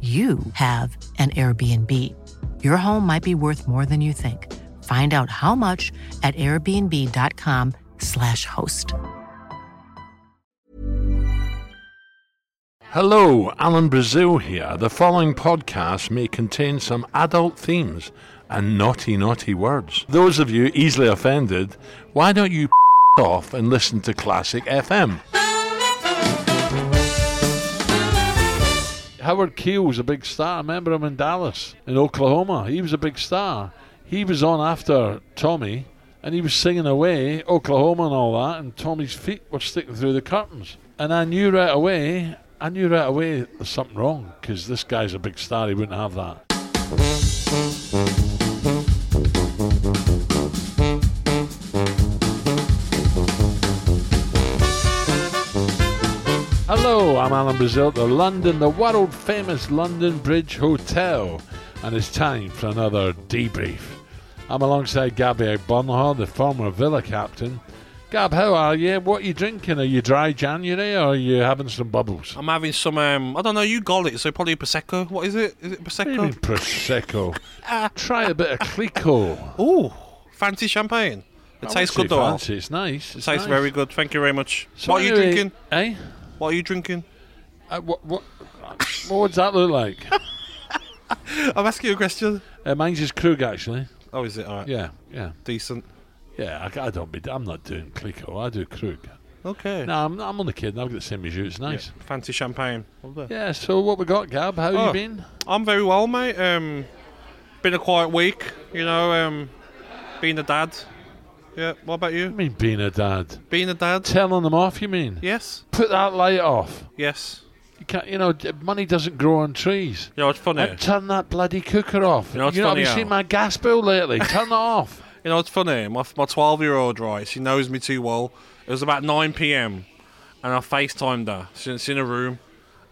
you have an Airbnb. Your home might be worth more than you think. Find out how much at airbnb.com/slash host. Hello, Alan Brazil here. The following podcast may contain some adult themes and naughty, naughty words. Those of you easily offended, why don't you off and listen to Classic FM? Howard Keel was a big star. I remember him in Dallas, in Oklahoma. He was a big star. He was on after Tommy, and he was singing away, Oklahoma and all that, and Tommy's feet were sticking through the curtains. And I knew right away, I knew right away there's something wrong, because this guy's a big star, he wouldn't have that. Hello, I'm Alan Brazil to London, the world famous London Bridge Hotel, and it's time for another debrief. I'm alongside Gabby Bernhard, the former Villa captain. Gab, how are you? What are you drinking? Are you dry January or are you having some bubbles? I'm having some. Um, I don't know. You got it, so probably prosecco. What is it? Is it What do you mean prosecco? Prosecco? Try a bit of Clico. Ooh, fancy champagne. It tastes good though. Al. It It's nice. It tastes very good. Thank you very much. what are you drinking? Eh? What are you drinking? Uh, what, what, what would that look like? I'm asking you a question. uh, mine's just Krug, actually. Oh, is it? All right. Yeah, yeah. Decent. Yeah, I, I don't be. I'm not doing Clico. I do Krug. Okay. No, I'm, I'm only kidding. I've got the same as you. It's nice. Fancy champagne. Yeah. so what we got, Gab? How Oh. you been? I'm very well, mate. Um, been a quiet week, you know. Um, being a dad. Yeah. What about I you? mean, being a dad, Being a dad. telling them off. You mean? Yes. Put that light off. Yes. You can't. You know, d- money doesn't grow on trees. You know, it's funny. And turn that bloody cooker off. You know what's have funny, you seen Al? my gas bill lately? Turn it off. You know, it's funny. My my twelve year old, right? She knows me too well. It was about nine p.m. and I FaceTimed her. She's in a room.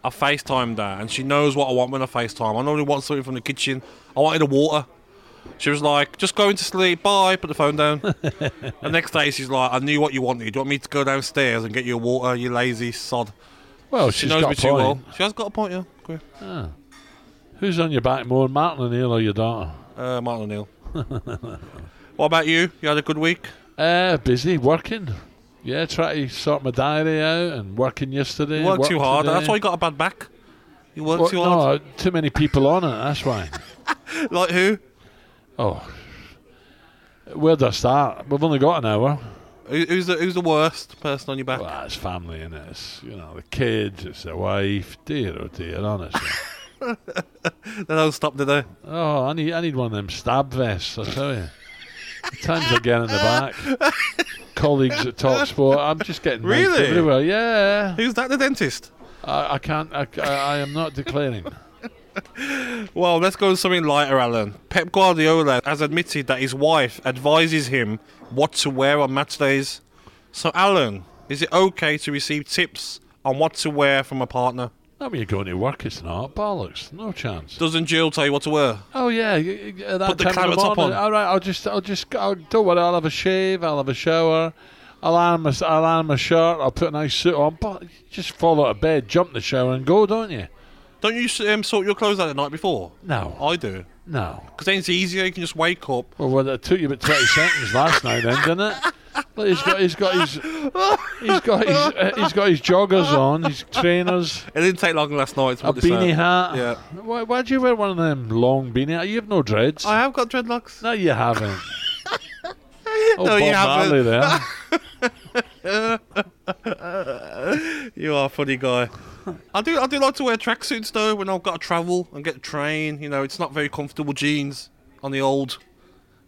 I FaceTimed her, and she knows what I want when I FaceTime. I normally want something from the kitchen. I wanted a water. She was like, "Just going to sleep. Bye." Put the phone down. the next day, she's like, "I knew what you wanted. Do you want me to go downstairs and get you a water? You lazy sod." Well, She she's knows got me a too well. point. She has got a point, yeah. Agree. Who's on your back more, Martin O'Neill or your daughter? Uh, Martin O'Neill. what about you? You had a good week. Uh, busy working. Yeah, try to sort my diary out and working yesterday. You worked too worked hard. today. That's why you got a bad back. You worked Well, too hard. no, too many people on it. That's why. Like who? Oh, where do I start? We've only got an hour. Who- Who's the who's the worst person on your back? Well, that's family, and it's you know the kids, it's the wife. Dear oh dear, honestly. They don't stop, do they? oh, I need I need one of them stab vests. I tell you, times are getting in the back. Colleagues at Talksport, I'm just getting knifed Really? everywhere. Yeah, Who's that? The dentist. I, I can't. I, I, I am not declaring. Well, let's go to something lighter, Alan. Pep Guardiola has admitted that his wife advises him what to wear on match days. So, Alan, is it okay to receive tips on what to wear from a partner? Not when you're going to work, it's not bollocks. No chance. Doesn't Jill tell you what to wear? Oh yeah, y- y- at that Put the time in climate top morning, on. All right, I'll just, I'll just, I'll, don't worry. I'll have a shave. I'll have a shower. I'll iron my, I'll iron my shirt. I'll put a nice suit on. But you just fall out of bed, jump in the shower, and go, don't you? Don't you um, sort your clothes out the night before? No, I do. no. Because then it's easier. You can just wake up. Well, well, it took you about twenty seconds last night, then, didn't it? Look, he's got he's got his he's got his uh, he's got his joggers on, his trainers, It didn't take long last night. a beanie hat. Yeah. Why why do you wear one of them long beanie? hat? You have no dreads. I have got dreadlocks. no, you haven't. oh, No, Bob you haven't. Marley there. You are a funny guy. I do. I do like to wear tracksuits though when I've got to travel and get a train. You know, it's not very comfortable jeans on the old.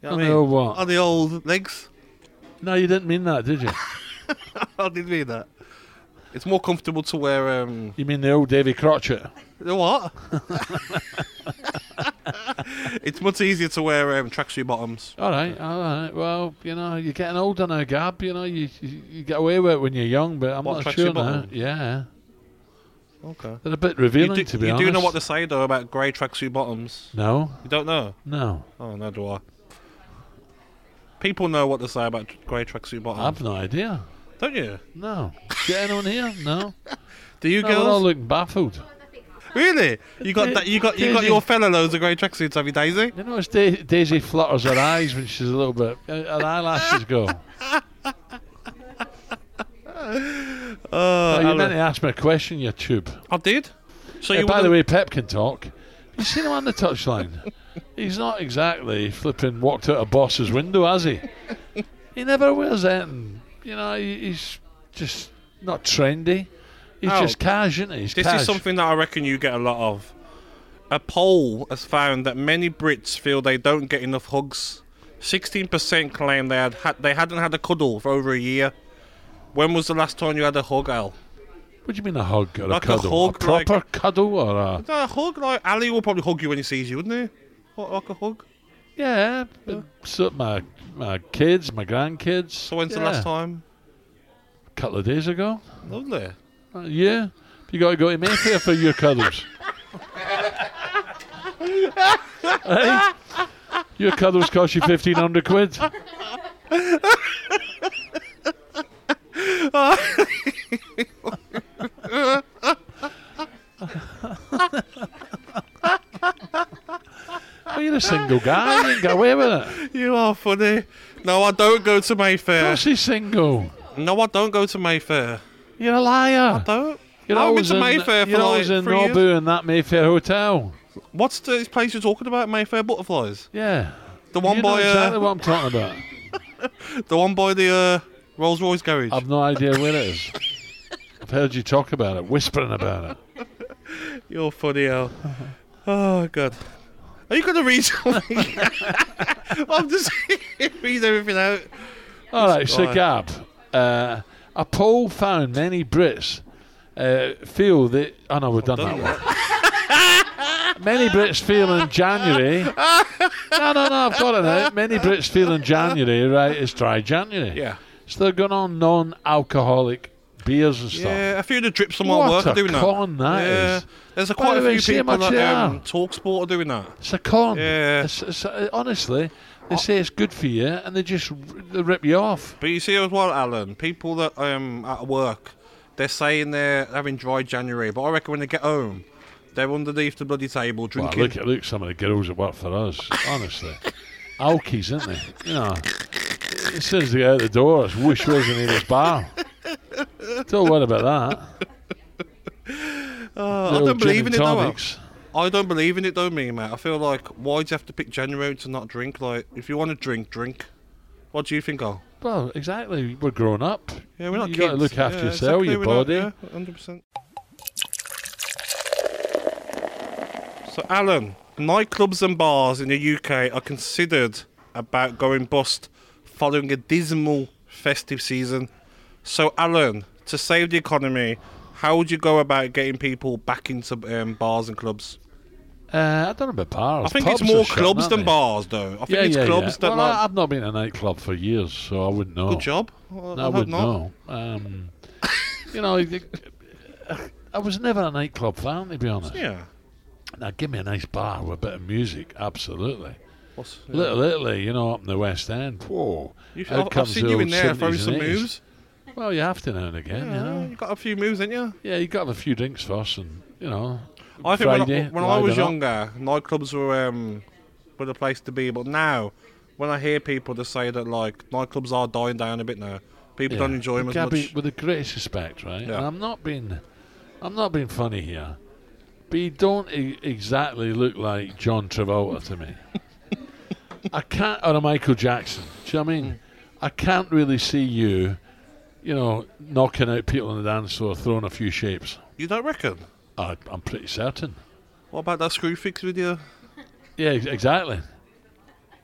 You know On what the I mean? old what? On the old legs. No, you didn't mean that, did you? I didn't mean that. It's more comfortable to wear. Um, You mean the old Davy Crotchet? the what? it's much easier to wear um, tracksuit bottoms. All right, all right. Well, you know, you're getting older now, Gab. You know, you you, you get away with it when you're young, but I'm What, not tracksuit sure now. bottom? Yeah, Okay. they're a bit You, revealing do, to be you honest. do know what they say though about grey tracksuit bottoms. no, You don't know. no, Oh, no, do I. People know what to say about grey tracksuit bottoms, I've no idea. don't you? No, getting on here? No, Do you no we're all girls? looking baffled. Really? You got that? You got you got Daisy. your fella loads of grey tracksuits, have you, Daisy? You notice da- Daisy flutters her eyes when she's a little bit. Her eyelashes go. Uh, Oh, you Alan- meant to ask me a question, you tube. I did. So Hey, you by wanna- the way, Pep can talk. You seen him on the touchline? He's not exactly flipping walked out a boss's window, has he? He never wears anything. You know, he, he's just not trendy. He's Oh. just cash, isn't he? He's this cash. is something that I reckon you get a lot of. A poll has found that many Brits feel they don't get enough hugs. Sixteen percent claim they had, had they hadn't had a cuddle for over a year. When was the last time you had a hug, Al? What do you mean a hug or Like a a cuddle? hug, proper like- cuddle or a No, a hug. Like Ali will probably hug you when he sees you, wouldn't he? Like- Like a hug. yeah? but So my my kids, my grandkids. So when's the Yeah. last time? A couple of days ago. Lovely. Uh, yeah, you got to go to Mayfair for your cuddles. right? Your cuddles cost you fifteen hundred quid. Well, you're a single guy. You can get away with it. You are funny. No, I don't go to Mayfair. Of she's single. No, I don't go to Mayfair. You're a liar. Don't. You're I've been always to in- Mayfair for You're like always in three Nobu years. in that Mayfair hotel. What's the place you're talking about? Mayfair butterflies. Yeah. The one you know by exactly uh, what I'm talking about. the one by the uh, Rolls Royce garage. I've no idea where it is. I've heard you talk about it, whispering about it. You're funny, Al. Oh god. Are you gonna read something? I'm just read everything out. All right, so Right. Gab, uh, a poll found many Brits uh, feel that. Oh no, we've done that done one. Many Brits feel in January. No, no, no, I've got it now. Many Brits feel in January, right? It's dry January. Yeah. So they're going on non alcoholic beers and stuff. Yeah, a few of the drips on my What work a are doing con that. that yeah. is. There's a By quite a the way, few see how people much uh, they that um, are. talk sport are doing that. It's a con. Yeah. It's, it's, uh, honestly, they say it's good for you, and they just r- they rip you off. But you see as well, Alan, people that um at work, they're saying they're having dry January, but I reckon when they get home, they're underneath the bloody table Well, drinking. look at look some of the girls that work for us. Honestly, alkies, aren't they? You know, as soon as they get out the door, it's whoosh whoosh in this bar. Don't worry about that. Uh, I Little don't believe gin and in it though. Al. tonics. I don't believe in it though, me mate. I feel like why do you have to pick January to not drink? Like if you want to drink, drink. What do you think, Al? Well, exactly. We're grown up. Yeah, we're not you kids. got to look after Yeah, yourself, exactly, your we're body. Not, yeah, 100%. So, Alan, nightclubs and bars in the UK are considered about going bust following a dismal festive season. So, Alan, to save the economy, how would you go about getting people back into um, bars and clubs? Uh, I don't know about bars. I think Pubs it's more are shut, clubs aren't than they? bars, though. I think Yeah, it's yeah, clubs yeah. that Well, I- like. I've not been in a nightclub for years, so I wouldn't know. Good job. I, I I hope would not. know. Um, you know, I- I was never a nightclub fan, to be honest. Yeah. Now, give me a nice bar with a bit of music, absolutely. What's- Little Italy, you know, up in the West End. Whoa. You- out I've, I've comes seen the you old in there throwing 70s some and 80s. moves. Well, you have to now and again, you Yeah, know. you got a few moves, didn't you? Yeah, you got to have a few drinks first, and, you know. I think Friday, when I, when I was liven up. younger, nightclubs were um, were the place to be, but now when I hear people just say that like nightclubs are dying down a bit now, people don't enjoy them as Gabby, much. with the greatest respect, right? Yeah. And I'm not being, I'm not being funny here. But you don't e- exactly look like John Travolta to me. I can't, or a Michael Jackson. Do you know what I mean? Hmm. I can't really see you, you know, knocking out people on the dance floor, throwing a few shapes. You don't reckon? I, I'm pretty certain. What about that Screwfix video? Yeah, ex- exactly.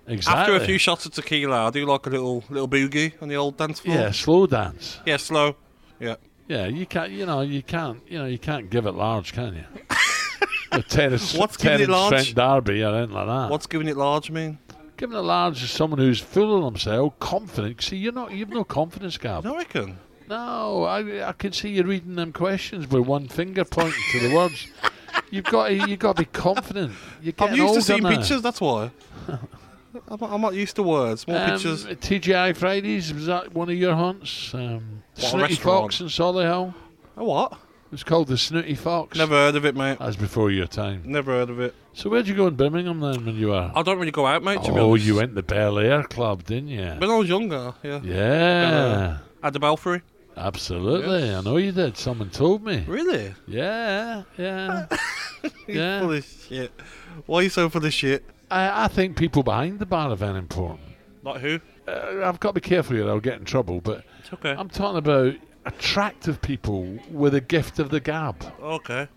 Exactly. After a few shots of tequila, I do like a little little boogie on the old dance floor. yeah, slow dance. Yeah, slow. Yeah. Yeah, you can't. You know, you can't. You know, you can't give it large, can you? the tennis, What's giving tennis it Trent large? Derby or anything like that. What's giving it large mean? giving it large is someone who's full of themselves, confident. See, you're not. You've no confidence, Gab. I reckon. No, I, I can see you reading them questions with one finger pointing to the words. You've got. To, you've got to be confident. You're I'm getting used older to seeing now. pictures, that's why. I'm, not- I'm not used to words, more Um, pictures. TGI Fridays was that one of your hunts? Um, a Snooty restaurant. Fox in Solihull. Oh, what? It was called the Snooty Fox. Never heard of it, mate. That was before your time. Never heard of it. So where'd you go in Birmingham then when you were? I don't really go out, mate. To be Oh, honest. you went to the Bel Air Club, didn't you? When I was younger, yeah. yeah, At the Belfry. absolutely. I know you did. Someone told me. Really? Yeah, yeah, Full yeah. of shit. Why are you so full of shit? I, I think people behind the bar are very important. Like who? Uh, I've got to be careful here. I'll get in trouble. But It's okay. I'm talking about attractive people with a gift of the gab. okay.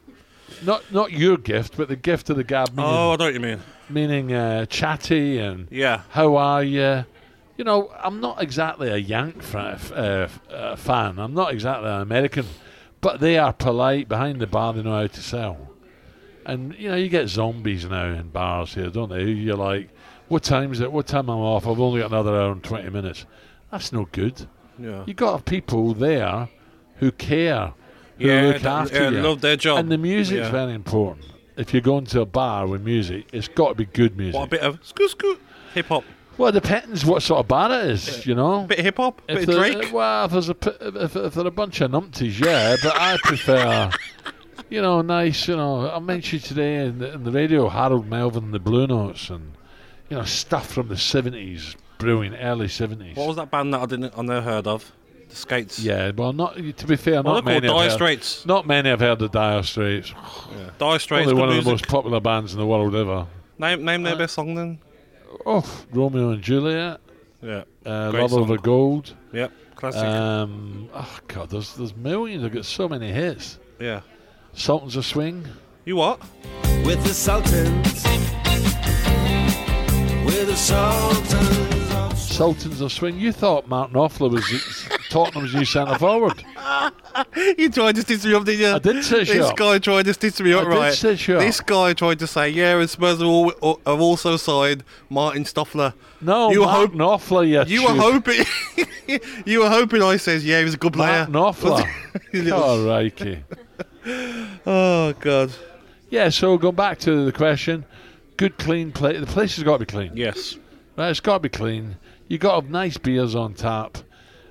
Not not your gift, but the gift of the gab. Meaning, Oh, I know what you mean. meaning uh, chatty and Yeah. How are you? You know, I'm not exactly a Yank fra- f- uh, f- uh, fan. I'm not exactly an American, but they are polite behind the bar. They know how to sell. And you know, you get zombies now in bars here, don't they? You're like, what time is it? What time am I off? I've only got another hour and twenty minutes. That's no good. Yeah. You got to have people there who care, who Yeah, look that- after yeah, you. love their job. And the music's Yeah. very important. If you're going to a bar with music, it's got to be good music. What a bit of scoot scoot hip hop. Well, it depends what sort of bar it is, you know. Bit of hip hop. Bit If of there- Drake. well, if there's a p- if, if there are a bunch of numpties, yeah, but I prefer, you know, nice. You know, I mentioned today in the, in the radio Harold Melvin and the Blue Notes and you know stuff from the seventies, brewing early seventies. What was that band that I didn't I never heard of? The Skates. yeah, well, not to be fair, Well, not they're many. called have Dire heard- Straits. Not many have heard of Dire Straits. Dire Straits. Probably good one of the music. most Uh, popular bands in the world ever. Name name their best song then. Oh, Romeo and Juliet, Yeah. uh, Great Love Over song. Gold. Yep. Classic. Um, oh God, there's there's millions. I've got so many hits. yeah. Sultans of Swing. You what? with the Sultans. With the Sultans of Sultans of Swing. You thought Martin Offler was Tottenham's new centre forward. You tried to stitch me up, didn't you? I did stitch you This up. guy tried to stitch me up, I did right? stitch you up. This guy tried to say, yeah, and Spurs are, all, are also signed Martin Stoffler. No, you were hope- Martin Offler. You, you were choose- hoping, you were hoping. I says, yeah, he was a good player. Martin Offler. You little- oh, Reiki. Oh God. Yeah. So going back to the question, good clean play. The place has got to be clean. Yes. Right, it's got to be clean. You got to have nice beers on tap,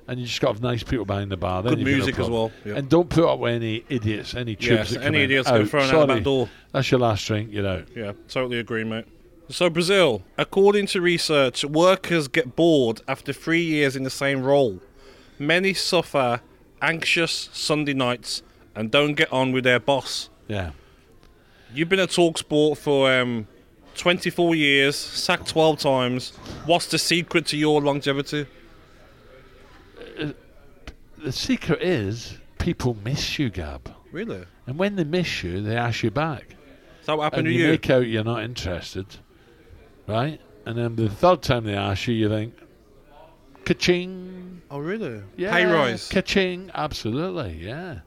and you just got to have nice people behind the bar. Then Good you've got no music as problem. well, yeah. And don't put up with any idiots, any tubes. Yes, that come any in. idiots get thrown out the Sorry. back door. That's your last drink. You're out. Yeah. Totally agree, mate. So Brazil, according to research, workers get bored after three years in the same role. Many suffer anxious Sunday nights and don't get on with their boss. Yeah. You've been at Talksport for um, 24 years, sacked 12 times. What's the secret to your longevity? The secret is people miss you, Gab. Really? Is And when they miss you, they ask you back. that what And happened to you you? make out you're not interested, right? And then the third time they ask you, you think, ka-ching. oh, really? Yeah, Pay rise. Ka-ching, absolutely, yeah.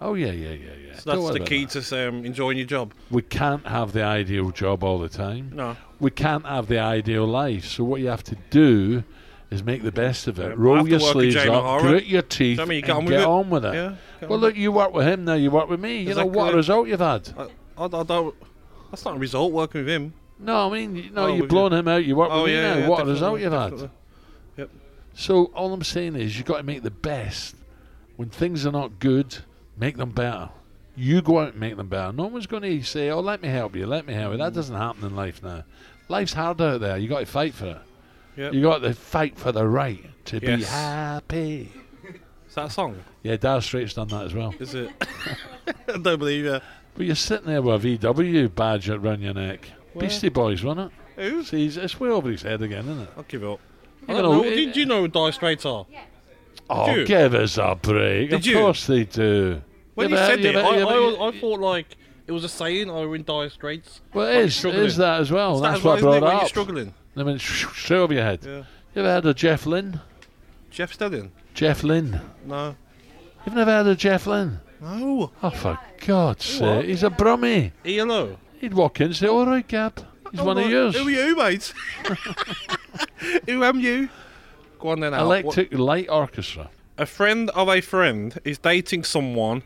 Oh, yeah, yeah, yeah, yeah. Don't So that's worry the about key that. to um, enjoying your job. We can't have the ideal job all the time. No. We can't have the ideal life. So what you have to do is make the best of it. Yeah, Roll after your work at sleeves Jamie up, Horrocks. grit your teeth, I mean? You and get on with get it. on with it. Yeah, get well, on with look, you work with him now. You work with me. You know what Exactly. a result you've had. I, I, I don't. That's not a result working with him. No, I mean, you- no, Oh, you've with blown him out. You work Oh with me yeah, now. yeah what a definitely, result you've had. definitely. So all I'm saying is you've got to make the best. When things are not good, make them better. You go out and make them better. No one's going to say, Mm. "Oh, let me help you. Let me help you." That doesn't happen in life now. Life's hard out there. You got to fight for it. Yep. You got to fight for the right to be Yes. happy. Is that a song? Yeah, Dire Straits done that as well. Is it? I don't believe you. But you're sitting there with a VW badge around your neck. Beastie Boys, wasn't it? Who? See, he's- it's way over his head again, isn't it? I'll give up. I You don't know, know. it- Did you know who Dire Straits are? Oh, you? give us a break. Did of you? course they do. When Yeah, you but- said yeah, it, but- I, yeah, but I, you- was- I thought like it was a saying. I were in dire straits. Well, Like it is, it struggling. is that as well. Is that That's as what well, I isn't brought it, when up. You're struggling. I mean, sh- sh- straight over your head. Yeah. You ever heard of Jeff Lynne? Jeff Stelling? Jeff Lynne. No. You've never heard of Jeff Lynne? No. Oh, for God's sake. He's a brummie. ELO. He'd walk in and say, all right, Gab, he's one of yours. Oh, Who are you, mate? who am you? Go on then. Al. What- Electric Light Orchestra. A friend of a friend is dating someone,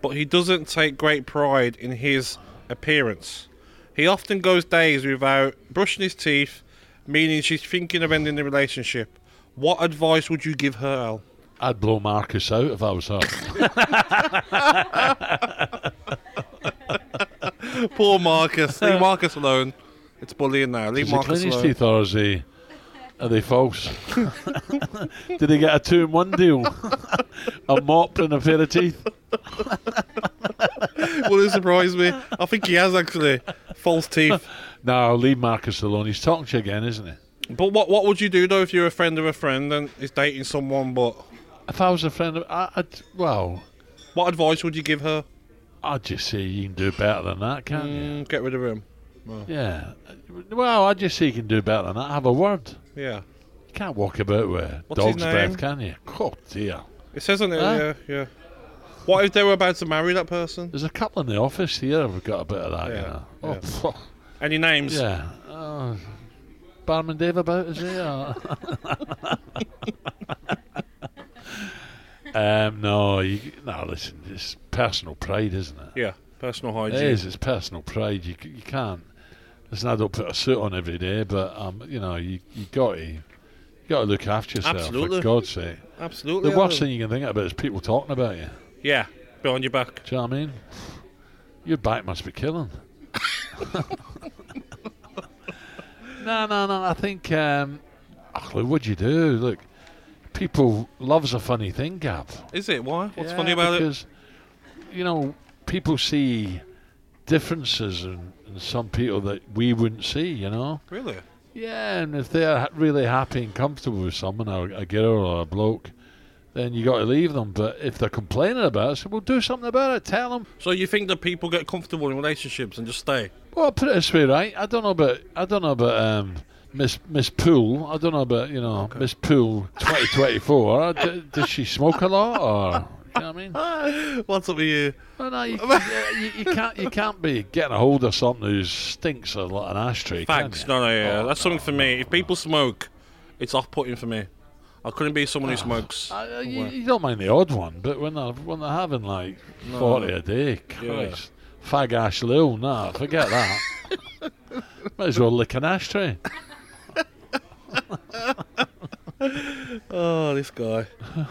but he doesn't take great pride in his appearance. He often goes days without brushing his teeth, meaning she's thinking of ending the relationship. What advice would you give her, Al? I'd blow Marcus out if I was her. Poor Marcus. Leave Marcus alone. It's bullying now. Leave Is he Marcus clean his alone. teeth or is he, are they false? Did he get a two in one deal? a mop and a pair of teeth? Will it surprise me? I think he has actually false teeth. No, leave Marcus alone. He's talking to you again, isn't he? But what what would you do though if you're a friend of a friend and is dating someone? But If I was a friend of, I, I'd, well, what advice would you give her? I'd just say you can do better than that, can't Mm, get rid of you? him. Yeah. Well, I'd just say you can do better than that. Have a word. Yeah. You can't walk about with What's his dog's name? breath, can you? Oh, dear. It says on it, Huh? yeah, yeah. What if they were about to marry that person? There's a couple in the office here who've got a bit of that, you know. Oh, phew. Any names? Yeah. Oh, Barman Dave about, is he? or- um, no, you, no, listen, it's personal pride, isn't it? Yeah, Personal hygiene. It is, it's personal pride. You, c- you can't. Listen, I don't put a suit on every day, but um, you know, you you got to you got to look after yourself. Absolutely. For God's sake, Absolutely. the worst Alan. thing you can think about is people talking about you. Yeah. Behind your back. Do you know what I mean? Your back must be killing. no, no, no. I think. Um, oh, look, what'd you do? Look, people loves a funny thing, Gav. Is it? Why? What's Yeah, funny about it? because, You know, people see differences in, in some people that we wouldn't see. You know. Really? Yeah, and if they're ha- really happy and comfortable with someone, a, a girl or a bloke, then you got to leave them. But if they're complaining about it, so we'll do something about it. Tell them. So you think that people get comfortable in relationships and just stay? Well, put it this way, right? I don't know about I don't know about um, Miss Miss Poole. I don't know about you know Miss Poole twenty twenty four. Does she smoke a lot or? You know what I mean? What's up with you? Well, no, you, yeah, you, you can't you can't be getting a hold of something who stinks a lot an ashtray. Thanks. Can you? No, no, yeah. Oh, That's something for me. If people smoke, it's off-putting for me. I couldn't be someone who smokes. I- I- Uh, you, you don't mind the odd one, but when they're when they're having like forty a day, Christ, fag ash lil, nah, forget that. Might as well lick an ashtray. Oh, this guy.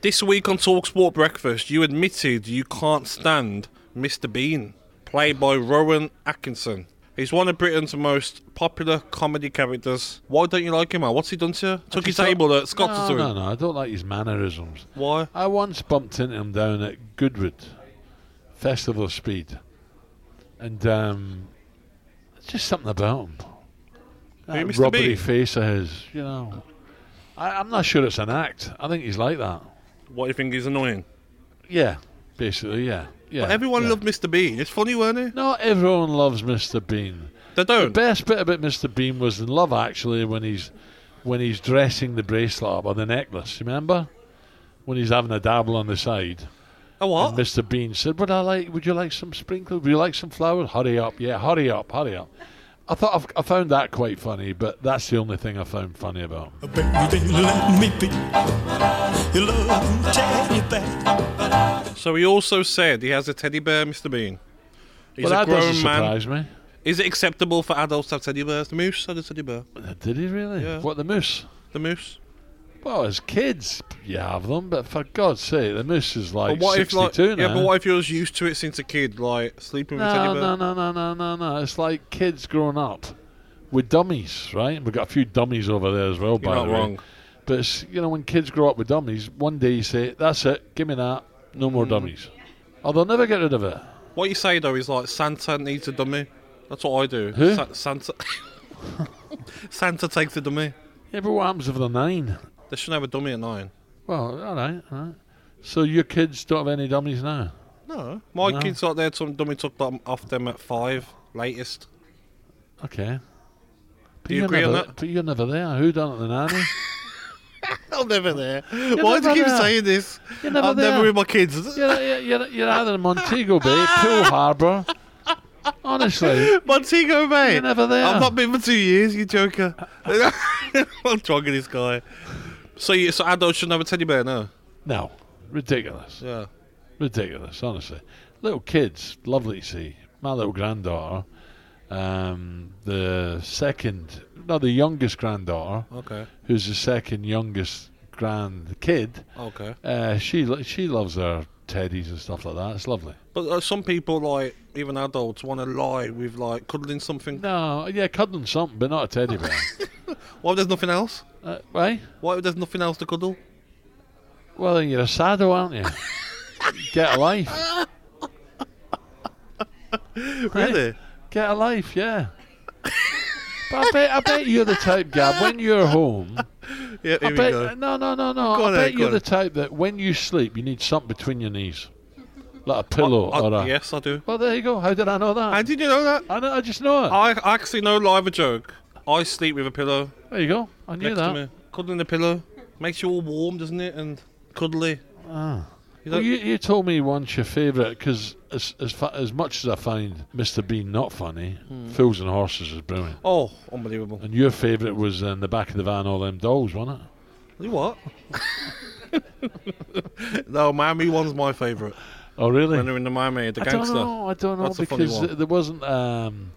this week on Talksport Breakfast, you admitted you can't stand Mr. Bean, played by Rowan Atkinson. He's one of Britain's most popular comedy characters. Why don't you like him, Al? What's he done to you? Took his table at Scots No, or something. no, no, I don't like his mannerisms. Why? I once bumped into him down at Goodwood Festival of Speed, and um, it's just something about him. That Mr. rubbery Bean? face of his, Uh, you know. I, I'm not sure it's an act. I think he's like that. What do you think is annoying? Yeah, basically, yeah, yeah. Everyone yeah. loved Mr. Bean. It's funny, weren't it? Not everyone loves Mr. Bean. The They don't. best bit about Mr. Bean was in Love Actually when he's when he's dressing the bracelet up or the necklace. Remember when he's having a dabble on the side. oh, what? And Mr. Bean said, "Would I like? Would you like some sprinkles? Would you like some flowers? Hurry up! Yeah, hurry up! Hurry up!" I thought I've, I found that quite funny, but that's the only thing I found funny about. him. Baby, let me be. Your love and teddy bear. so he also said he has a teddy bear, Mr. Bean. He's well, a that doesn't grown man. surprise me. Is it acceptable for adults to have teddy bears? The moose had a teddy bear. Uh, Did he really? Yeah. What the moose? The moose. Well, as kids, you have them, but for God's sake, the moose is like But what if like 62 now. yeah? But what if you're as used to it since a kid, like sleeping with a no, teddy bear? no, no, no, no, no, no. It's like kids growing up with dummies, right? And we've got a few dummies over there as well, by not the way. wrong. But it's, you know, when kids grow up with dummies, one day you say, "That's it, give me that, no Mm. more dummies." Oh, they'll never get rid of it. What you say though is like Santa needs a dummy. That's what I do. Who? Sa- Santa. Santa takes a dummy. Yeah, but what happens if they're nine? They shouldn't have a dummy at nine. Well, all right, all right. So your kids don't have any dummies now. No, my kids got their some dummy took them off them at five latest. Okay. But Do you are agree on never, that? But you're never there. Who done it, the nanny? I'm never there. Why do you keep saying this? You're never I'm never there. with my kids. you're, you're, you're, you're either in Montego Bay, Pool Harbour. Honestly, Montego, mate. You're never there. I've not been for two years, you joker. I'm drunk with this guy. So, you, so adults should never tell you bear, no? no, ridiculous. Yeah. Ridiculous, honestly. Little kids, lovely to see. My little granddaughter, um, the second, no, the youngest granddaughter, Okay. who's the second youngest grand kid. Okay. Uh, she lo- she loves her teddies and stuff like that. It's lovely. But uh, some people, like even adults, want to lie with like cuddling something. No, yeah, cuddling something, but not a teddy bear. Why if there's nothing else? uh, right? Why if there's nothing else to cuddle? Well, then you're a sado, aren't you? Get a life. Really? Get a life, yeah. but I bet, I bet you're the type, Gab, when you're home. Yeah. Here I we bet, go. No, no, no, no. Go I on, bet Eric, go you're on. the type that when you sleep, you need something between your knees, like a pillow I- or a. yes, I do. Well, there you go. How did I know that? Oh, And Oh. did you know that? I, know, I just know it. I I actually know live a joke. I sleep with a pillow there you go. I knew next to that. me, cuddling the pillow makes you all warm, doesn't it? And cuddly. You Well, don't- you, you told me once your favourite because as as, fa- as much as I find Mr Bean not funny, Hmm. Fools and Horses is brilliant. Oh, unbelievable. And your favourite was in the back of the van, all them dolls, wasn't it? You what? no, Miami one's my favourite. Oh, really? When they're in the Miami, the I don't gangster. know. I don't know That's a funny because one. th- there wasn't. Um,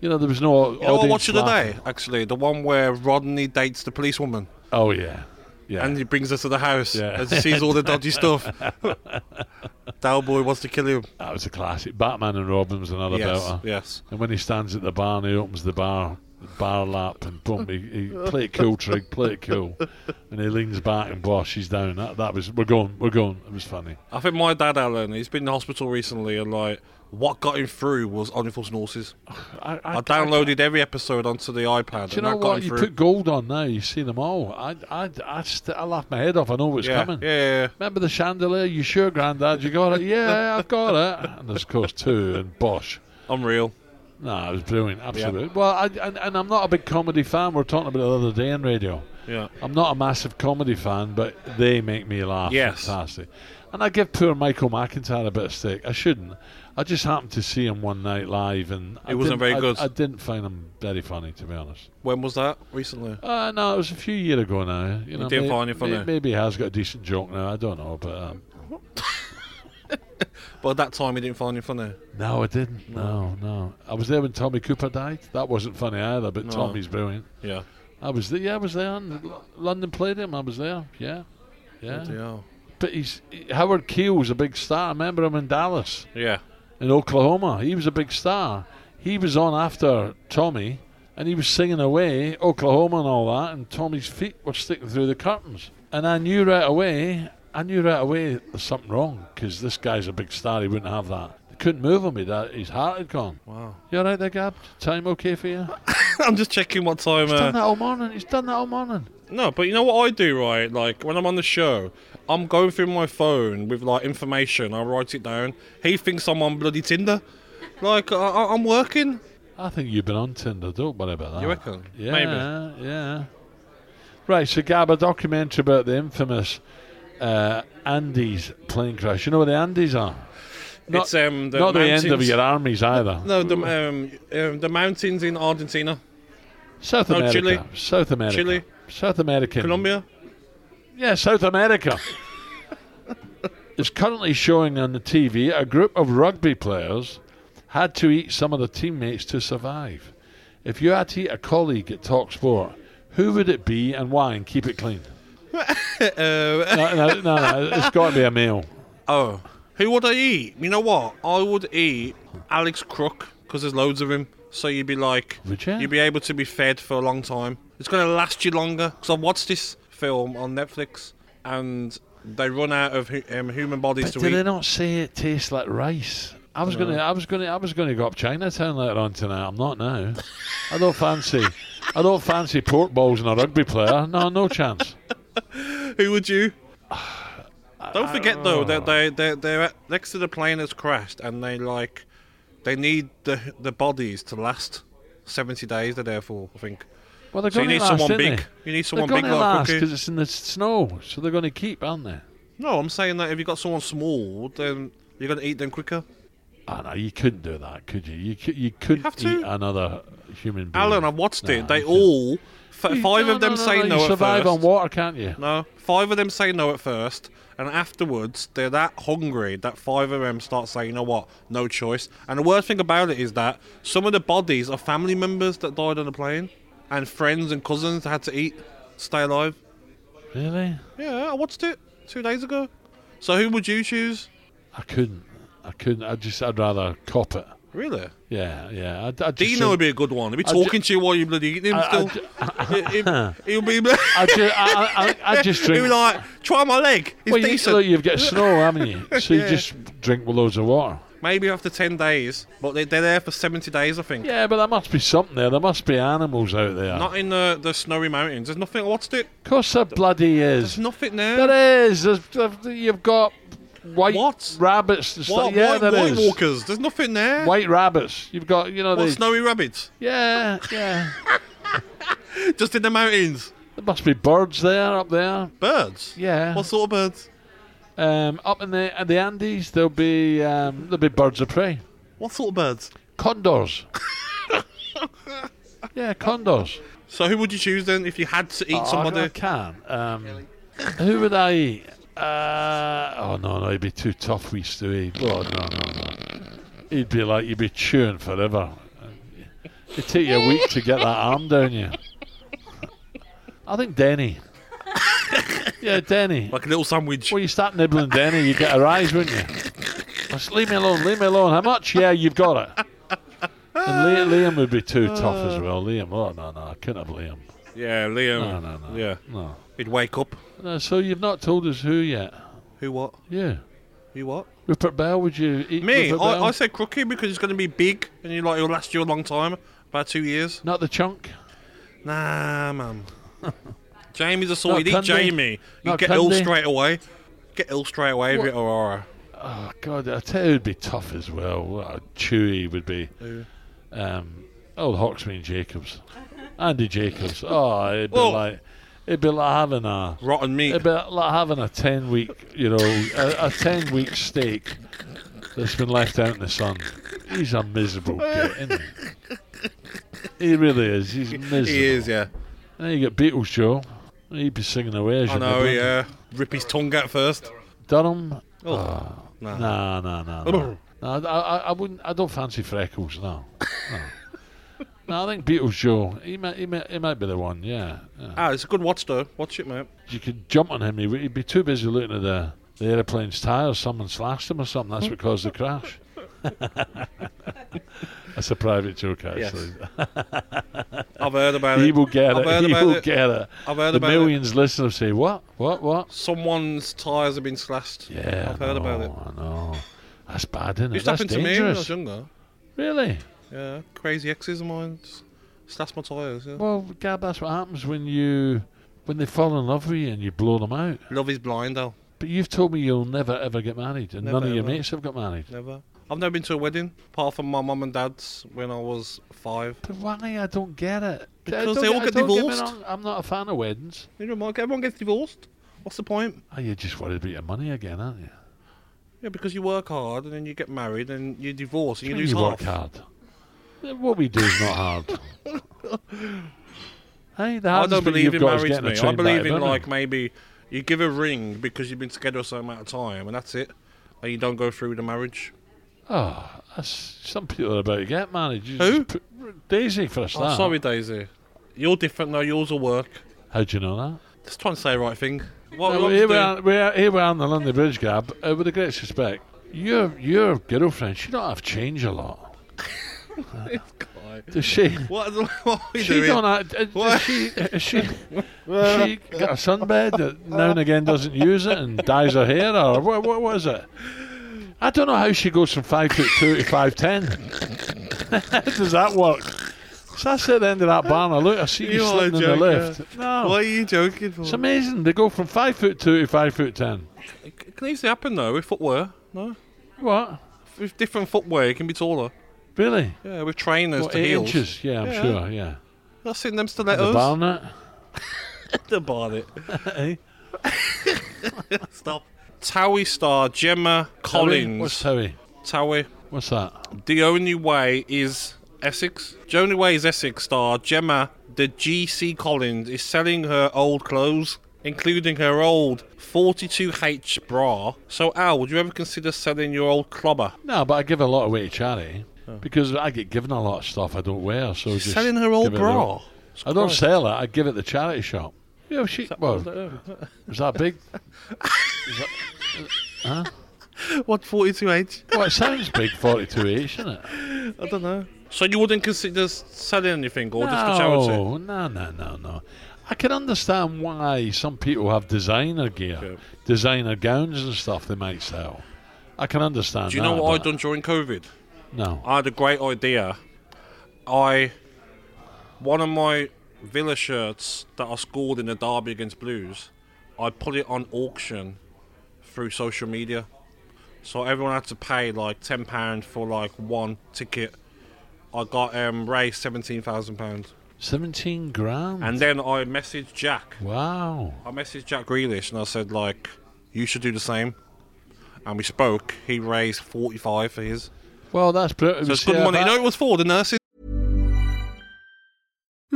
you know, there was no. You know what Oh, I audience watched the laughing. day, actually? The one where Rodney dates the policewoman Oh yeah, yeah. and he brings her to the house Yeah. and she sees all the dodgy stuff. Dowboy wants to kill him. That was a classic. Batman and Robin was another yes, belter. yes. And when he stands at the bar and he opens the bar bar lap and boom, he, he play it cool trig, play it cool, and he leans back and bosh, she's down. That that was we're going, we're going. It was funny. I think my dad, Alan, he's been in hospital recently and like, what got him through was Unenforced Horses. I, I, I downloaded every episode onto the iPad Do you and know that got what? him You through. put gold on now. You see them all. I I I, st- I laugh my head off. I know what's yeah, yeah, coming. yeah, Remember the chandelier? You sure, Grandad? You got it? Yeah, I've got it. And there's of course two and bosh. yeah. Unreal. No, it was brilliant. Absolutely. Well, I, and, and I'm not a big comedy fan. We were talking about it the other day on radio. Yeah. I'm not a massive comedy fan, but they make me laugh. Yes. Fantastic. And I give poor Michael McIntyre a bit of stick. I shouldn't. I just happened to see him one night live, and it I didn't- wasn't very I- good. I didn't find him very funny, to be honest. When was that? Recently? Uh, no, it was a few years ago now. You know, didn't may- find him funny? may- Maybe he has got a decent joke now. I don't know, but um, But at that time, he didn't find it funny. no, I didn't. No, no. I was there when Tommy Cooper died. That wasn't funny either, but Tommy's brilliant. Yeah. I was there. Yeah, I was there. and L- London played him. I was there. Yeah, yeah. Yeah. But he's Howard Keel was a big star. I remember him in Dallas, Yeah. in Oklahoma. He was a big star. He was on after Tommy, and he was singing away Oklahoma and all that. And Tommy's feet were sticking through the curtains, and I knew right away. I knew right away there's something wrong because this guy's a big star. He wouldn't have that. They couldn't move him. He'd, his heart had gone. Wow. You all right there, Gab? Time okay for you? I'm just checking what time. He's done that Uh, all morning. He's done that all morning. no, but you know what I do, right? Like when I'm on the show, I'm going through my phone with like information. I write it down. He thinks I'm on bloody Tinder. Like I- I- I'm working. I think you've been on Tinder. Don't worry about that. You reckon? Yeah, Maybe. yeah. Right, so Gab, a documentary about the infamous uh, Andes plane crash. You know where the Andes are? Not- it's um the Not mountains. the end of your armies either. No, the um, um the mountains in Argentina, South no, America. Chile. South America. Chile. South American. Colombia. Yeah, South America. is currently showing on the TV a group of rugby players had to eat some of their teammates to survive. If you had to eat a colleague at Talk Sport, who would it be and why? And keep it clean. Uh, No, no, no, no it's got to be a male. oh, who would I eat? You know what? I would eat Alex Crook because there's loads of him. so you'd be like, Which, yeah. you'd be able to be fed for a long time. It's going to last you longer. Because I watched this film on Netflix, and they run out of hu- um, human bodies But to did eat. they not say it tastes like rice? I was gonna, I was gonna, I was gonna go up Chinatown later on tonight. I'm not now. I don't fancy, I don't fancy pork balls and a rugby player. No, no chance. Who would you? Don't forget though that they Oh. they they're at, next to the plane that's crashed, and they like they need the the bodies to last seventy days. They're there for, I think. Well, they're So you going to need last, someone ain't big. They? You need They're someone going big to like last Cookie. because it's in the snow, so they're going to keep, aren't they? No, I'm saying that if you got someone small, then you're gonna eat them quicker. Ah, no, you couldn't do that, could you? You, cou- you couldn't have to. eat another human being. Alan, I've watched Hmm. Nah, it. They you all f- couldn't. five No, of them no, no, say no, no, You at survive first. on water, can't you? No, five of them say no at first, and afterwards they're that hungry that five of them start saying, you know what, no choice. And the worst thing about it is that some of the bodies are family members that died on the plane, and friends and cousins that had to eat, to stay alive. Really? Yeah, I watched it two days ago. So who would you choose? I couldn't. I couldn't. I just, I'd rather cop it. Really? Yeah, yeah. I, I just Dino think- would be a good one. He'd be ju- talking to you while you're bloody eating him I- I still. he, will be. I just, I, I, I just he'll drink. be like, try my leg. It's well, you, decent. look, you've got snow, haven't you? So you Yeah. just drink with loads of water. Maybe after 10 days, but they, they're there for 70 days, I think. Yeah, but there must be something there. There must be animals out there. Not in the, the snowy mountains. There's nothing. I watched it. of course, there bloody There's is. nothing there. There is. There's, there's- you've got white What? rabbits. And What, stuff. Yeah, white, there white is. walkers. There's nothing there. White rabbits. You've got, you know, what the snowy rabbits? yeah, yeah. Just in the mountains. there must be birds there up there. Birds. Yeah. What sort of birds? Um, up in the uh, the Andes, there'll be um, there'll be birds of prey, What sort of birds? condors. yeah, condors. So who would you choose then if you had to eat Oh, I, I somebody? can. Um, who would I eat? Uh, oh no, no, he'd be too tough. We Stewie. Oh no, no, no. He'd be like you'd be chewing forever. It'd take you a week to get that arm down you. I think Denny. yeah, Denny. Like a little sandwich. Well, you start nibbling Denny, you get a rise, wouldn't you? Just leave me alone. Leave me alone. How much? Yeah, you've got it. And Liam, Liam would be too tough as well. Liam. Oh no, no, I couldn't have Liam. Yeah, Liam. No, no, no. Yeah. No. He'd wake up. No, so you've not told us who yet. Who what? Yeah. Who what? Rupert Bell, would you eat Me. I, Rupert Bell? I said crookie because it's going to be big and you like it'll last you a long time. About two years. Not the chunk. Nah, man. Jamie's a Not sort. You'd eat Cundy. Jamie. You'd Not get ill Cundy. straight away. Get ill straight away if What? you're Aurora. Oh God, I tell you, it'd be tough as well. Uh, Chewy would be. Um, old Hawksby and Jacobs, Andy Jacobs. Oh, it'd be Well- like it'd be like having a Rotten meat. it'd be like having a ten week, you know, a, a ten week steak that's been left out in the sun. He's a miserable git, isn't he? He really is. He's miserable. He is, yeah. Now you got Beatles show. He'd be singing away as I you know, would. yeah. Rip his tongue out first. Durham. Oh, Nah, nah. nah, nah. nah. Oh. Nah, I, I, I wouldn't. I don't fancy Freckles. No. No. no, I think Beatles Joe. He might, he might, he might be the one. Yeah. yeah. Ah, it's a good watch though. Watch it, mate. You could jump on him. He, would- he'd be too busy looking at the the aeroplane's tires. Someone slashed him or something. That's what caused the crash. That's a private joke, Yes. actually. I've heard about He it. will get I've heard it. He about will it. get it. I've heard the about it. millions listen and say, "What? What? What?" Someone's tyres have been slashed. Yeah, I've heard I about it. know, I know. That's bad, isn't it? Used to That's happen to me when I dangerous. was younger. Really? Yeah, crazy exes of mine just slashed my tyres. Yeah. Well, Gab, that's what happens when you when they fall in love with you and you blow them out. Love is blind, though. But you've told me you'll never ever get married, and none Never, of your ever. mates have got married. Never. I've never been to a wedding apart from my mum and dad's when I was five. But why? I don't get it. Because Don't they all I get don't me divorced. wrong, I'm not a fan of weddings. You know, Mark, everyone gets divorced. What's the point? Oh, you're just worried about your money again, aren't you? Yeah, because you work hard and then you get married and you divorce and you Try lose you half. work hard. Eh, What we do is not hard. hey, the I hardest don't thing believe you've in got is marriage to getting a me. I train back believe to in Birmingham. like maybe you give a ring because you've been together a certain amount of time and that's it. And you don't go through with the marriage. Oh, that's, some people are about to get married. You Who? just put- Daisy for a Oh, start. sorry, Daisy. You're different though. Yours will work. How do you know that? Just trying to say the right thing. What, Now, what here, do- we are, we are, here we are on the London Bridge, Gab. Uh, with the greatest respect, your your girlfriend, she don't have change a lot. mate. Does she? What, what are we She doing? don't. act- uh, does she? Is she? she got a sunbed that now and again doesn't use it and dyes her hair, or what? What was it? I don't know how she goes from five foot two to five ten. how does that work? So I sit at the end of that bar and I look, I see you, You are sitting in the joking. lift. No, What are you joking for? it's amazing. They go from five foot two to five foot ten. It can easily happen though with footwear. No, What? with different footwear, you can be taller. Really? Yeah, with trainers What, to eight heels. inches? Yeah, I'm Yeah. sure. Yeah. I've seen them The stilettos. Barnett. The bonnet. Eh? Stop. Towie star Gemma What's Collins. Howie? Towie. What's that? The only way is Essex. The only way is Essex star Gemma the GC Collins is selling her old clothes, including her old 42H bra. So Al, would you ever consider selling your old clobber? No, but I give a lot away to charity because I get given a lot of stuff I don't wear. So just Oh. selling her old give it bra. away. I don't sell it. I give it to the charity shop. Yeah, she. Well, is that big? What 42H? Well, it sounds big, forty-two each, isn't it? I don't know. So you wouldn't consider s- selling anything or just for charity? No, no, no, no, no. I can understand why some people have designer gear, Yeah. designer gowns and stuff they might sell. I can understand. Do you know that, what I but- done during COVID? No. I had a great idea. I one of my Villa shirts that I scored in the derby against Blues, I put it on auction through social media. So everyone had to pay like ten pound for like one ticket. I got um raised seventeen thousand pounds, Seventeen grand. and then I messaged Jack. wow. I messaged Jack Grealish and I said like, you should do the same. And we spoke. He raised forty five for his. Well, that's pretty. So it's good money. You know, it was for the nurses.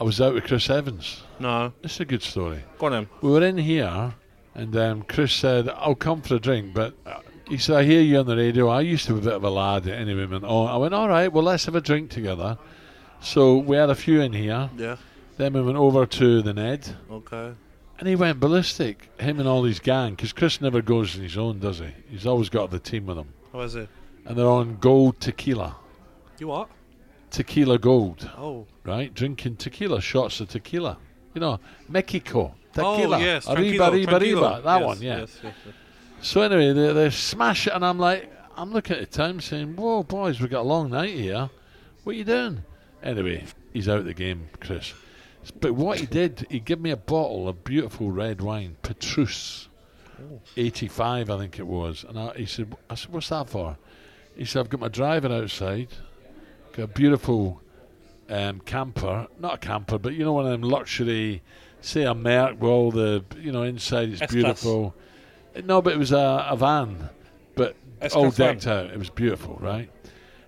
I was out with Chris Evans? No, It's a good story. go on then. We were in here, and um, Chris said, I'll come for a drink, but uh, he said, I hear you on the radio. I used to be a bit of a lad at any moment. Oh, I went, all right, well, let's have a drink together. So we had a few in here. Yeah. Then we went over to the Ned, Okay. and he went ballistic, him and all his gang, because Chris never goes on his own, does he? He's always got the team with him. How is it? And they're on gold tequila. You what? Tequila gold. Oh. right? Drinking tequila, shots of tequila. You know, Mexico. Tequila. Oh yes. arriba, tranquilo, arriba, tranquilo. arriba. That Yes, one, yeah. yes, yes, yes. So anyway, they, they smash it, and I'm like, I'm looking at the time saying, whoa, boys, we've got a long night here. What are you doing? Anyway, he's out of the game, Chris. But what he did, he gave me a bottle of beautiful red wine, Petrus, 85, I think it was. And I, he said, I said, what's that for? He said, I've got my driver outside, got a beautiful um, camper, not a camper, but you know, one of them luxury, say a Merc with all the, you know, inside it's S-class. beautiful. No, but it was a, a van, but S-class all van. decked out. It was beautiful, right?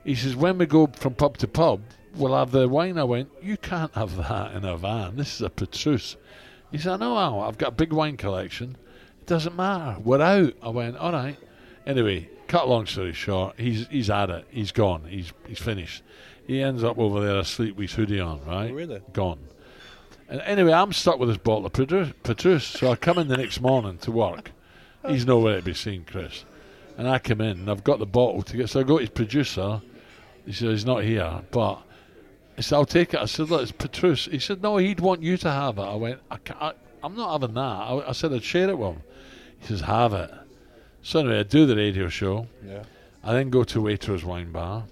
He says, when we go from pub to pub, we'll have the wine. I went, you can't have that in a van. This is a Petrus. He said, I know, Al. I've got a big wine collection. It doesn't matter. We're out. I went, all right. Anyway, cut a long story short, he's he's had it. He's gone. He's he's finished. He ends up over there asleep with his hoodie on, right? Really? Gone. And anyway, I'm stuck with this bottle of Petrus, Petrus so I come in the next morning to work. He's nowhere to be seen, Chris. And I come in, and I've got the bottle to get. So I go to his producer. He said, he's not here, but I said, I'll take it. I said, look, it's Petrus. He said, no, he'd want you to have it. I went, I can't, I, I'm not having that. I, I said, I'd share it with him. He says, have it. So anyway, I do the radio show. Yeah. I then go to Waitrose Wine Bar,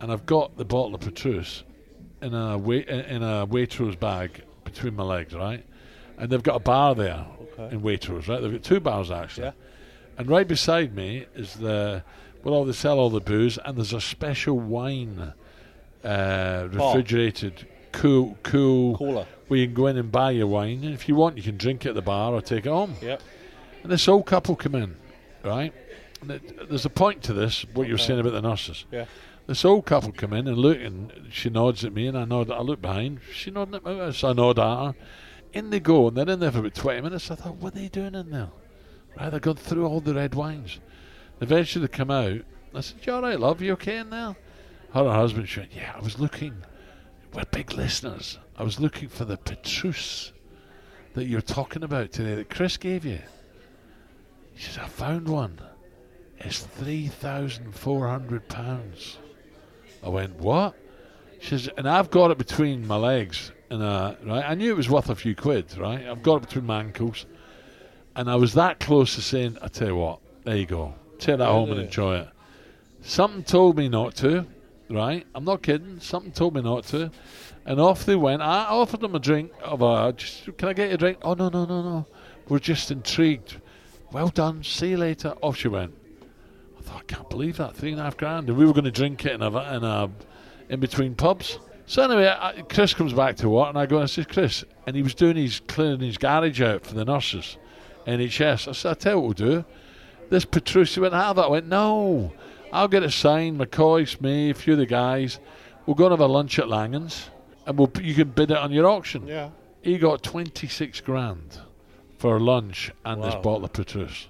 and I've got the bottle of Petrus in a wait, in a Waitrose bag between my legs, right? And they've got a bar there Okay. in Waitrose, right? They've got two bars actually. Yeah. And right beside me is the well, all they sell all the booze, and there's a special wine, uh, refrigerated, cool, cool, Cooler. where you can go in and buy your wine, and if you want, you can drink it at the bar or take it home. Yep. And this old couple come in, right? And it, there's a point to this, what you were saying about the nurses. Yeah. This old couple come in and look, and she nods at me, and I nod. I look behind. She nodding at me, so I nod at her. In they go, and they're in there for about 20 minutes. I thought, what are they doing in there? Right, they've gone through all the red wines. Eventually, they come out. I said, you all right, love? You okay in there? Her and her husband, she went, yeah, I was looking. We're big listeners. I was looking for the Petrus that you're talking about today that Chris gave you. She says, I found one. It's £3,400. I went, what? She says, and I've got it between my legs. And uh, right, I knew it was worth a few quid, right? I've got it between my ankles. And I was that close to saying, I tell you what, there you go. Take that home and Really? enjoy it. Something told me not to, right? I'm not kidding. Something told me not to. And off they went. I offered them a drink of a, just, can I get you a drink? Oh, no, no, no, no. We're just intrigued. Well done. See you later. Off she went. I thought, I can't believe that. Three and a half grand. And we were going to drink it in a, in a, in between pubs. So anyway, I, Chris comes back to work and I go and I says, Chris, and he was doing his, clearing his garage out for the nurses, NHS. I said, I tell you what we'll do. This Petrucci went, have it. I went, no, I'll get it signed. McCoy, Smee, a few of the guys. We'll go and have a lunch at Langens and we'll, you can bid it on your auction. Yeah. He got 26 grand for lunch and this Wow. bottle of Petrus.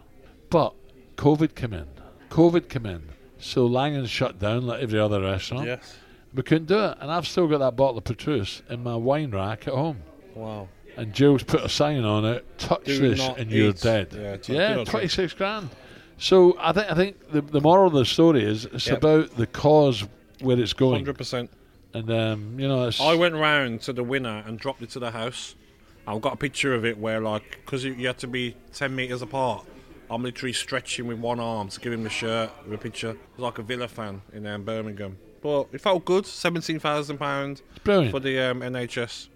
But COVID came in. COVID came in. So Langen's shut down like every other restaurant. Yes. We couldn't do it. And I've still got that bottle of Petrus in my wine rack at home. Wow. And Jill's put a sign on it, touch Do this not and you're eat." dead. Yeah, it's- do yeah not 26 grand. So I think I think the, the moral of the story is it's Yep. about the cause where it's going. Hundred percent. And, um, you know, it's, I went round to the winner and dropped it to the house. I've got a picture of it where, like, because you you had to be 10 metres apart, I'm literally stretching with one arm to give him the shirt with a picture. It was like a Villa fan in um, Birmingham. But it felt good, £17,000 brilliant. for the um, NHS.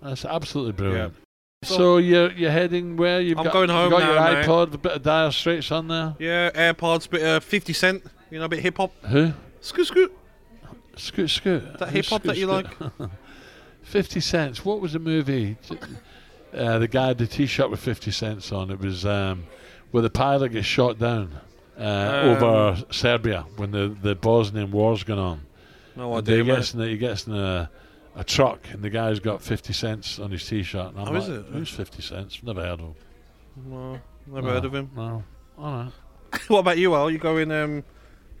That's absolutely brilliant. So you're you're heading where? You've I'm got, going you home got now, your mate. iPod, a bit of Dire Straits on there. Yeah, AirPods, bit of 50 Cent, you know, a bit hip hop. Who? Scoot, scoot. Scoot Scoot. That Who's hip hop Scoot that you like. Scoot? Fifty cents. What was the movie? Uh, the guy had the T-shirt with fifty cents on. It was um, where the pilot gets shot down uh, Um, over Serbia when the the Bosnian war's going on. No And he idea. gets mate. in, a- he gets in a, a truck, and the guy's got fifty cents on his T-shirt. And I'm Oh, like, is it? Who's fifty cents? Never heard of him. No, never heard of him. No. All right. what about you, Al? You going, um,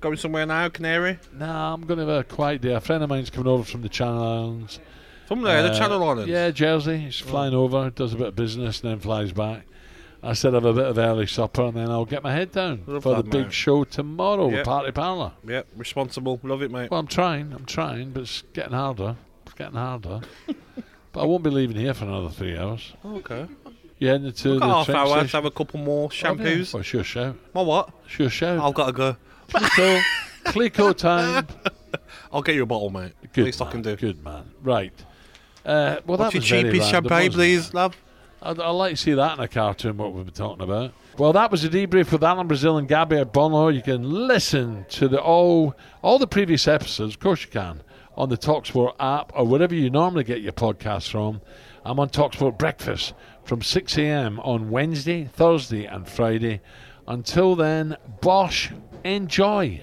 going somewhere now, Canary? No, I'm going to have a quiet day. A friend of mine's coming over from the Channel Islands. From there, Uh, the Channel Islands. Oh. Yeah, Jersey. He's flying over, does a bit of business, and then flies back. I said have a bit of early supper, and then I'll get my head down Love for the that, big mate. show tomorrow, the Yep. Party Parlour. Yeah, responsible. Love it, mate. Well, I'm trying, I'm trying, but it's getting harder. It's getting harder. but I won't be leaving here for another three hours. okay. You heading to uh, the Got half train hour to station? Oh, have a couple more shampoos. Well, it's your shout. My what? It's your shout. I've got to go. Clico, Clico time. I'll get you a bottle, mate. Good least man, I can do. Good man. Right. Uh, well, What's that your was very cheapest random, champagne, wasn't it? please, love? I'd, I'd like to see that in a cartoon, what we've been talking about. Well, that was a debrief with Alan Brazil and Gabby Bono. You can listen to the all, all the previous episodes, of course you can, on the TalkSport app or wherever you normally get your podcasts from. I'm on TalkSport Breakfast from 6 a.m. on Wednesday, Thursday, and Friday. Until then, Bosh, enjoy.